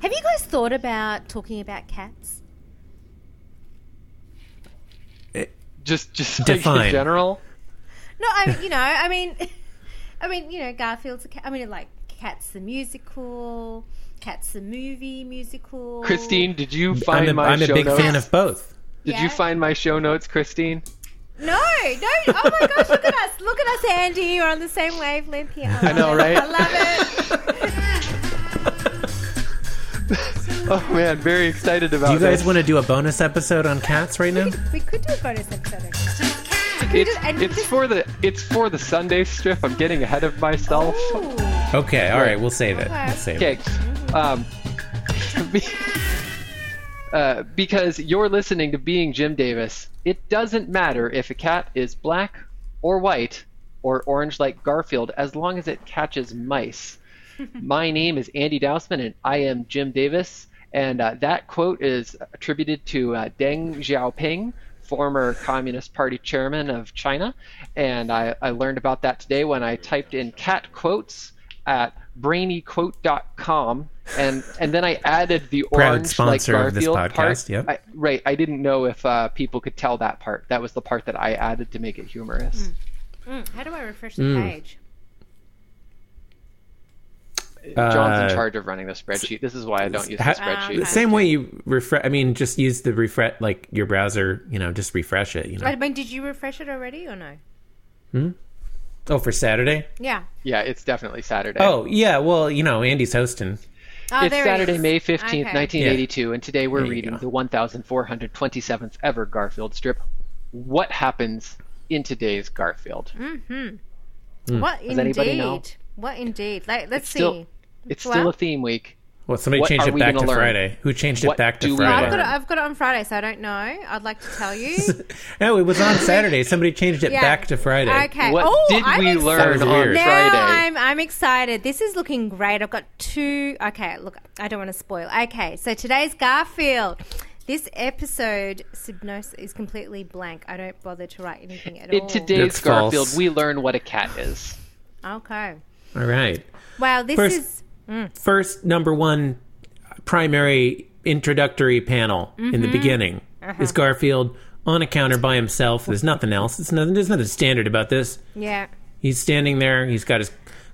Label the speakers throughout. Speaker 1: Have you guys thought about talking about cats?
Speaker 2: Just, just like,
Speaker 3: Define.
Speaker 2: in general.
Speaker 1: No, I you know, I mean, I mean, you know, Garfield's. A cat. I mean, like Cats the musical, Cats the movie musical.
Speaker 2: Christine, did you find
Speaker 3: I'm a,
Speaker 2: my
Speaker 3: I'm a
Speaker 2: show
Speaker 3: big
Speaker 2: notes?
Speaker 3: fan of both.
Speaker 2: Did
Speaker 1: Yeah.
Speaker 2: you find my show notes, Christine?
Speaker 1: No, no. Oh my gosh, look at us. Look at us, Andy. We're on the same wavelength here. I,
Speaker 2: know,
Speaker 1: love it.
Speaker 2: right?
Speaker 1: I love it.
Speaker 2: Oh man, very excited about
Speaker 3: Do you
Speaker 2: this.
Speaker 3: guys want to do a bonus episode on cats right now?
Speaker 1: We could do a bonus episode.
Speaker 2: It's,
Speaker 1: just- and
Speaker 2: it's
Speaker 1: just-
Speaker 2: for the it's for the Sunday strip. I'm getting ahead of myself.
Speaker 1: Oh. Ooh.
Speaker 3: Okay, all right, we'll save it. We'll save
Speaker 2: Okay, um, be- uh, because you're listening to Being Jim Davis. It doesn't matter if a cat is black or white or orange like Garfield, as long as it catches mice. My name is Andy Dousman, and I am Jim Davis. And uh, that quote is attributed to uh, Deng Xiaoping, former Communist Party chairman of China. And I, I learned about that today when I typed in cat quotes at brainyquote.com. And, and then I added the
Speaker 3: Proud
Speaker 2: orange
Speaker 3: sponsor
Speaker 2: like
Speaker 3: of this
Speaker 2: Garfield
Speaker 3: podcast,
Speaker 2: part.
Speaker 3: yep.
Speaker 2: I, right. I didn't know if uh, people could tell that part. That was the part that I added to make it humorous.
Speaker 3: Mm-hmm.
Speaker 1: Mm, How do I refresh the page?
Speaker 2: John's
Speaker 3: Uh,
Speaker 2: in charge of running the spreadsheet. This is why I don't use the
Speaker 3: ha-
Speaker 2: spreadsheet.
Speaker 1: okay.
Speaker 3: The same way you refresh. I mean, just use the refresh, like your browser. You know, just refresh it. You
Speaker 1: I
Speaker 3: know.
Speaker 1: mean, did you refresh it already or no?
Speaker 3: Oh, for Saturday.
Speaker 1: Yeah.
Speaker 2: Yeah, it's definitely Saturday.
Speaker 3: Oh yeah. Well, you know, Andy's hosting.
Speaker 1: Oh,
Speaker 2: it's
Speaker 1: there it
Speaker 2: Saturday,
Speaker 1: is.
Speaker 2: May 15th,
Speaker 1: Okay.
Speaker 2: 1982, and today we're
Speaker 3: you
Speaker 2: reading
Speaker 3: go.
Speaker 2: the 1427th ever Garfield strip. What happens in today's Garfield?
Speaker 1: Mm, What
Speaker 2: Hmm. anybody
Speaker 1: indeed?
Speaker 2: know?
Speaker 1: What indeed? Like, let's see.
Speaker 2: Still, it's still
Speaker 1: Well-
Speaker 2: a theme week.
Speaker 3: Well, somebody
Speaker 2: What
Speaker 3: changed
Speaker 2: are
Speaker 3: it
Speaker 2: we
Speaker 3: back to
Speaker 2: gonna learn?
Speaker 3: Friday. Who changed it
Speaker 2: What
Speaker 3: back
Speaker 2: do
Speaker 3: to
Speaker 2: we
Speaker 1: I've
Speaker 3: Friday?
Speaker 1: got,
Speaker 2: learn?
Speaker 1: it, I've got it on Friday, so I don't know. I'd like to tell you.
Speaker 3: No, it was on Saturday. Somebody changed it
Speaker 1: Yeah.
Speaker 3: back to Friday.
Speaker 1: Okay.
Speaker 2: What
Speaker 1: oh,
Speaker 2: did
Speaker 1: I'm
Speaker 2: we
Speaker 1: excited.
Speaker 2: learn
Speaker 3: That was
Speaker 2: on
Speaker 3: weird.
Speaker 2: Friday?
Speaker 1: Now I'm, I'm excited. This is looking great. I've got two. Okay, look, I don't want to spoil. Okay, so today's Garfield. This episode, Subnos, is completely blank. I don't bother to write anything at all.
Speaker 2: in today's
Speaker 3: That's false.
Speaker 2: Garfield, we learn what a cat is.
Speaker 1: Okay.
Speaker 3: All right.
Speaker 1: Wow, this
Speaker 3: First-
Speaker 1: is.
Speaker 3: First, number one primary introductory panel in
Speaker 2: Mm-hmm.
Speaker 3: the beginning
Speaker 2: Uh-huh.
Speaker 3: is Garfield on a counter by himself. There's nothing else. It's nothing. There's nothing standard about this.
Speaker 1: Yeah.
Speaker 3: He's standing there. He's got his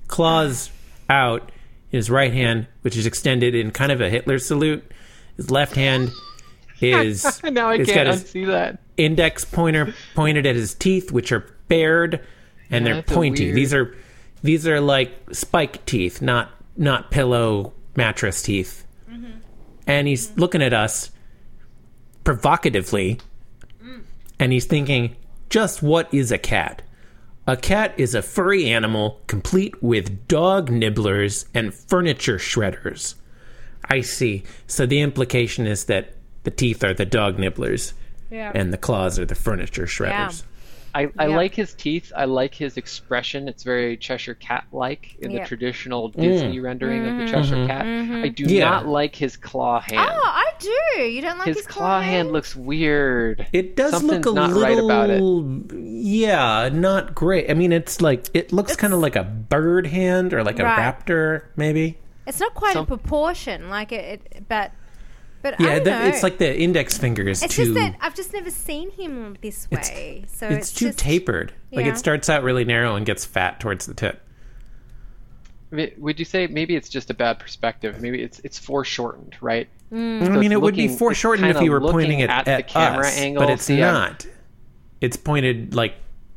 Speaker 3: claws out in his right hand, which is extended in kind of a Hitler salute. His left hand is
Speaker 2: And now I
Speaker 3: it's
Speaker 2: can't
Speaker 3: got his
Speaker 2: unsee that.
Speaker 3: index pointer pointed at his teeth, which are bared and they're
Speaker 2: that's a
Speaker 3: pointy.
Speaker 2: weird-
Speaker 3: These are these are like spike teeth, not not pillow mattress teeth.
Speaker 2: Mm-hmm.
Speaker 3: And he's looking at us provocatively, and he's thinking, "Just what is a cat? A cat is a furry animal complete with dog nibblers and furniture shredders." I see. So the implication is that the teeth are the dog nibblers
Speaker 1: Yeah.
Speaker 3: and the claws are the furniture shredders.
Speaker 2: I, I
Speaker 1: Yeah.
Speaker 2: like his teeth. I like his expression. It's very Cheshire Cat like in
Speaker 1: Yeah. Mm-hmm.
Speaker 2: the traditional Disney rendering of the Cheshire Cat. I do
Speaker 3: Yeah.
Speaker 2: not like his claw hand.
Speaker 1: oh, I do. You don't like his,
Speaker 2: his claw hand looks weird.
Speaker 3: It does
Speaker 2: Something's
Speaker 3: look a
Speaker 2: not
Speaker 3: little,
Speaker 2: right about it.
Speaker 3: yeah, not great. I mean, it's like it looks kind of like a bird hand or like a
Speaker 1: Right.
Speaker 3: raptor, maybe.
Speaker 1: It's not quite in
Speaker 2: Some-
Speaker 1: proportion, like it, it but. But I
Speaker 3: Yeah,
Speaker 1: don't
Speaker 3: that,
Speaker 1: know.
Speaker 3: it's like the index finger is
Speaker 1: It's
Speaker 3: too.
Speaker 1: just that I've just never seen him this way. so
Speaker 3: it's,
Speaker 1: it's
Speaker 3: too
Speaker 1: just,
Speaker 3: tapered. Like
Speaker 1: yeah.
Speaker 3: it starts out really narrow and gets fat towards the tip.
Speaker 2: Ma- Would you say maybe it's just a bad perspective? Maybe it's it's foreshortened, right?
Speaker 1: Mm.
Speaker 3: I mean, it would be
Speaker 2: looking- it's
Speaker 3: foreshortened if
Speaker 2: kinda
Speaker 3: you were
Speaker 2: looking
Speaker 3: pointing it
Speaker 2: at
Speaker 3: at,
Speaker 2: the camera
Speaker 3: us,
Speaker 2: angle,
Speaker 3: but it's
Speaker 2: so yeah.
Speaker 3: not. It's pointed like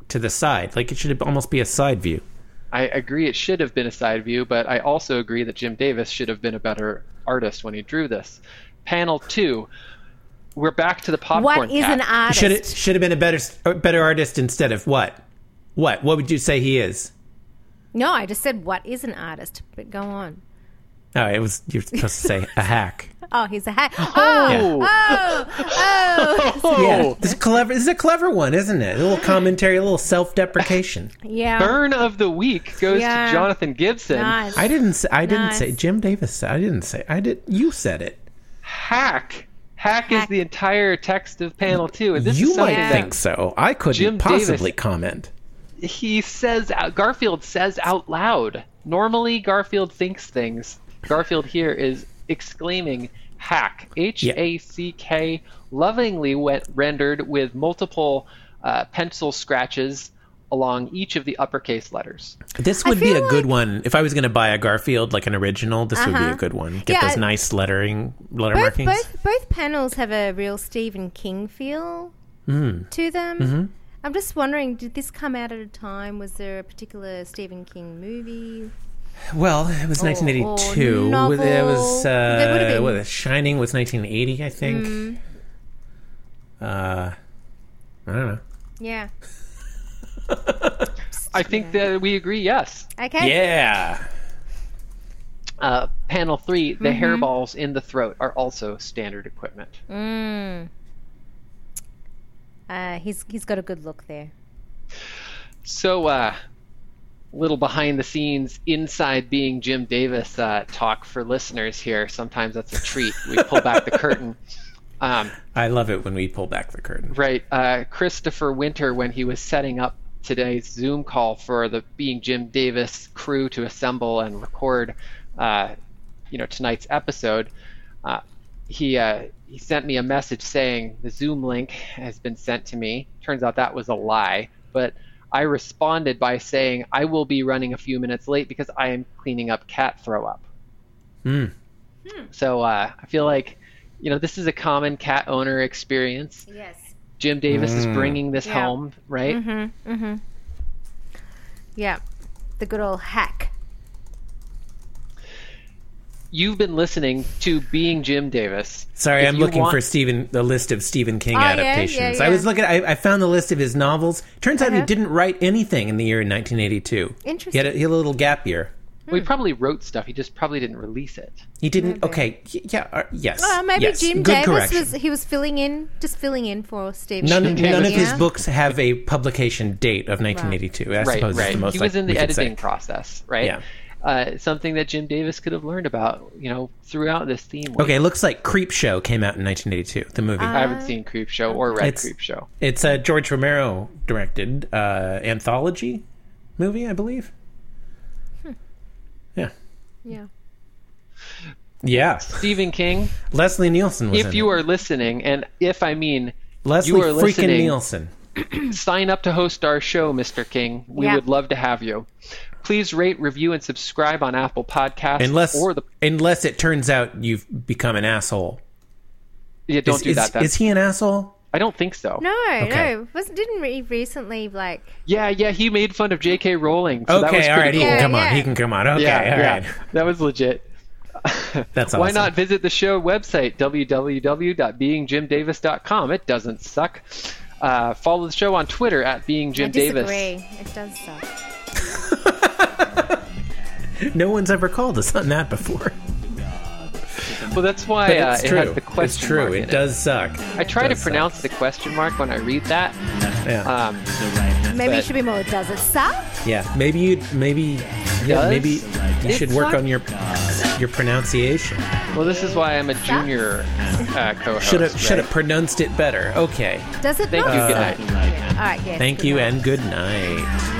Speaker 3: to the side. Like it should almost be a side view.
Speaker 2: I agree it should have been a side view, but I also agree that Jim Davis should have been a better artist when he drew this. Panel two, we're back to the popcorn.
Speaker 1: What is an
Speaker 2: cat.
Speaker 1: artist?
Speaker 3: Should it should have been a better a better artist instead of what? What? What would you say he is?
Speaker 1: No, I just said what is an artist, but go on.
Speaker 3: Oh, it was you're supposed to say a hack.
Speaker 1: Oh, he's a hat. Oh,
Speaker 2: Oh,
Speaker 1: oh, oh.
Speaker 3: Yeah, this is clever. This is a clever one, isn't it? A little commentary, a little self-deprecation.
Speaker 1: Yeah.
Speaker 2: burn of the week goes
Speaker 1: Yeah.
Speaker 2: to Jonathan Gibson.
Speaker 1: Nice.
Speaker 3: I didn't. Say, I didn't
Speaker 1: Nice.
Speaker 3: say. Jim Davis. Said, I didn't say. I did. You said it.
Speaker 2: Hack. Hack is the entire text of panel two, and this
Speaker 3: you
Speaker 2: is something
Speaker 3: might
Speaker 1: Yeah.
Speaker 2: that
Speaker 3: think so. I couldn't
Speaker 2: Jim
Speaker 3: possibly
Speaker 2: Davis-
Speaker 3: comment.
Speaker 2: he says out, Garfield says out loud. Normally Garfield thinks things. Garfield here is exclaiming hack H A C K lovingly went rendered with multiple uh, pencil scratches along each of the uppercase letters.
Speaker 3: This would be a
Speaker 1: feel
Speaker 3: good
Speaker 1: like-
Speaker 3: one. If I was going to buy a Garfield, like an original, this would be a
Speaker 1: Uh-huh.
Speaker 3: good one. Get
Speaker 1: Yeah,
Speaker 3: those
Speaker 1: I-
Speaker 3: nice lettering, letter
Speaker 1: Both,
Speaker 3: markings.
Speaker 1: both both panels have a real Stephen King feel
Speaker 3: Mm.
Speaker 1: to them.
Speaker 3: Mm-hmm.
Speaker 1: I'm just wondering, did this come out at a time? Was there a particular Stephen King movie?
Speaker 3: Well, it was 1982.
Speaker 1: Oh, novel.
Speaker 3: There was uh,
Speaker 1: There would've been- Hmm.
Speaker 3: what, The Shining was 1980, I think. Uh, I don't know.
Speaker 1: Yeah.
Speaker 2: I think that we agree, yes.
Speaker 1: Okay.
Speaker 3: Yeah.
Speaker 2: Uh, panel three, the hairballs in the throat are also standard equipment.
Speaker 1: Mm. Uh, he's he's got a good look there.
Speaker 2: So, uh, little behind the scenes, inside being Jim Davis uh, talk for listeners here. Sometimes that's a treat. We pull back the curtain. Um,
Speaker 3: I love it when we pull back the curtain.
Speaker 2: right, uh, Christopher Winter, when he was setting up today's Zoom call for the Being Jim Davis crew to assemble and record, uh, you know, tonight's episode, uh, he uh, he sent me a message saying the Zoom link has been sent to me. Turns out that was a lie, but I responded by saying I will be running a few minutes late because I am cleaning up cat throw up. So uh, I feel like, you know, this is a common cat owner experience.
Speaker 1: Yes.
Speaker 2: Jim Davis is
Speaker 3: Mm.
Speaker 2: bringing this
Speaker 1: Yeah. Mm-hmm.
Speaker 2: home, right?
Speaker 1: Yeah. The good old hack.
Speaker 2: You've been listening to Being Jim Davis.
Speaker 3: Sorry,
Speaker 2: If
Speaker 3: I'm
Speaker 2: you
Speaker 3: looking
Speaker 2: want-
Speaker 3: for Stephen, the list of Stephen King
Speaker 1: Oh, yeah, yeah,
Speaker 3: adaptations. I
Speaker 1: yeah.
Speaker 3: was looking. I, I found the list of his novels. Turns out he
Speaker 1: Uh-huh.
Speaker 3: didn't write anything in the year 1982. He had a,
Speaker 1: Interesting.
Speaker 3: he had a little gap year.
Speaker 2: We probably wrote stuff. He just probably didn't release it.
Speaker 3: He didn't. Okay. y- Yeah. Uh, yes.
Speaker 1: Uh, maybe
Speaker 3: yes.
Speaker 1: Jim
Speaker 3: Good
Speaker 1: Davis
Speaker 3: correction.
Speaker 1: was he was filling in, just filling in for Stephen.
Speaker 3: None,
Speaker 1: King,
Speaker 3: none of his
Speaker 1: yeah?
Speaker 3: books have a publication date of 1982. I
Speaker 2: Right,
Speaker 3: suppose is
Speaker 2: right.
Speaker 3: the most
Speaker 2: He was
Speaker 3: like
Speaker 2: in the
Speaker 3: we could say.
Speaker 2: editing process, right?
Speaker 3: Yeah.
Speaker 2: Uh, something that Jim Davis could have learned about, you know, throughout this theme. week.
Speaker 3: Okay, it looks like Creep Show came out in 1982. The movie.
Speaker 1: Ah.
Speaker 2: I haven't seen Creep Show or Red
Speaker 3: It's-
Speaker 2: Creep Show.
Speaker 3: it's a George Romero directed uh, anthology movie, I believe.
Speaker 1: Hmm.
Speaker 3: Yeah.
Speaker 1: Yeah.
Speaker 3: Yeah.
Speaker 2: Stephen King,
Speaker 3: Leslie Nielsen was in
Speaker 2: if you
Speaker 3: it.
Speaker 2: are listening, and if I mean
Speaker 3: Leslie
Speaker 2: you are
Speaker 3: freaking
Speaker 2: listening-
Speaker 3: Nielsen.
Speaker 2: sign up to host our show, Mr. King. We
Speaker 1: Yeah.
Speaker 2: would love to have you. Please rate, review, and subscribe on Apple Podcasts
Speaker 3: Unless
Speaker 2: or the
Speaker 3: unless it turns out you've become an asshole.
Speaker 2: yeah, don't
Speaker 3: is,
Speaker 2: do
Speaker 3: is-
Speaker 2: that. Then.
Speaker 3: is he an asshole?
Speaker 2: I don't think so.
Speaker 1: No,
Speaker 3: Okay.
Speaker 1: no, was didn't he recently like
Speaker 2: Yeah, yeah, he made fun of J.K. Rowling. So that was
Speaker 3: okay, all right,
Speaker 2: pretty
Speaker 3: he can
Speaker 1: cool.
Speaker 3: come on.
Speaker 1: Yeah,
Speaker 3: He
Speaker 1: yeah.
Speaker 3: can come on. Okay,
Speaker 2: Yeah,
Speaker 3: all
Speaker 2: yeah,
Speaker 3: right.
Speaker 2: that was legit.
Speaker 3: That's
Speaker 2: Why
Speaker 3: awesome.
Speaker 2: not visit the show website, www.beingjimdavis.com? It doesn't suck. Uh, follow the show on Twitter at
Speaker 1: I disagree.
Speaker 2: beingjimdavis.
Speaker 1: It does suck.
Speaker 3: No one's ever called us on that before.
Speaker 2: Well, that's why
Speaker 3: But
Speaker 2: uh,
Speaker 3: it's
Speaker 2: it
Speaker 3: true.
Speaker 2: has the question
Speaker 3: it's true.
Speaker 2: mark in
Speaker 3: it does suck.
Speaker 2: I try to
Speaker 3: does suck.
Speaker 2: pronounce the question mark when I read that.
Speaker 3: Yeah.
Speaker 2: Um,
Speaker 1: Maybe
Speaker 2: But-
Speaker 1: it should be more. Does it suck?
Speaker 3: yeah. Maybe you. Maybe. Yeah,
Speaker 2: Does
Speaker 3: maybe you
Speaker 2: it
Speaker 3: should work
Speaker 2: suck?
Speaker 3: on your your pronunciation.
Speaker 2: well, this is why I'm a junior uh, co-host.
Speaker 3: Should have should
Speaker 2: right?
Speaker 3: have pronounced it better. Okay.
Speaker 1: Does it
Speaker 2: Thank
Speaker 1: not
Speaker 2: you. Good
Speaker 1: suck?
Speaker 2: night.
Speaker 1: Yeah. All right. Yes.
Speaker 3: Thank
Speaker 1: good
Speaker 3: you
Speaker 1: night.
Speaker 3: and good night.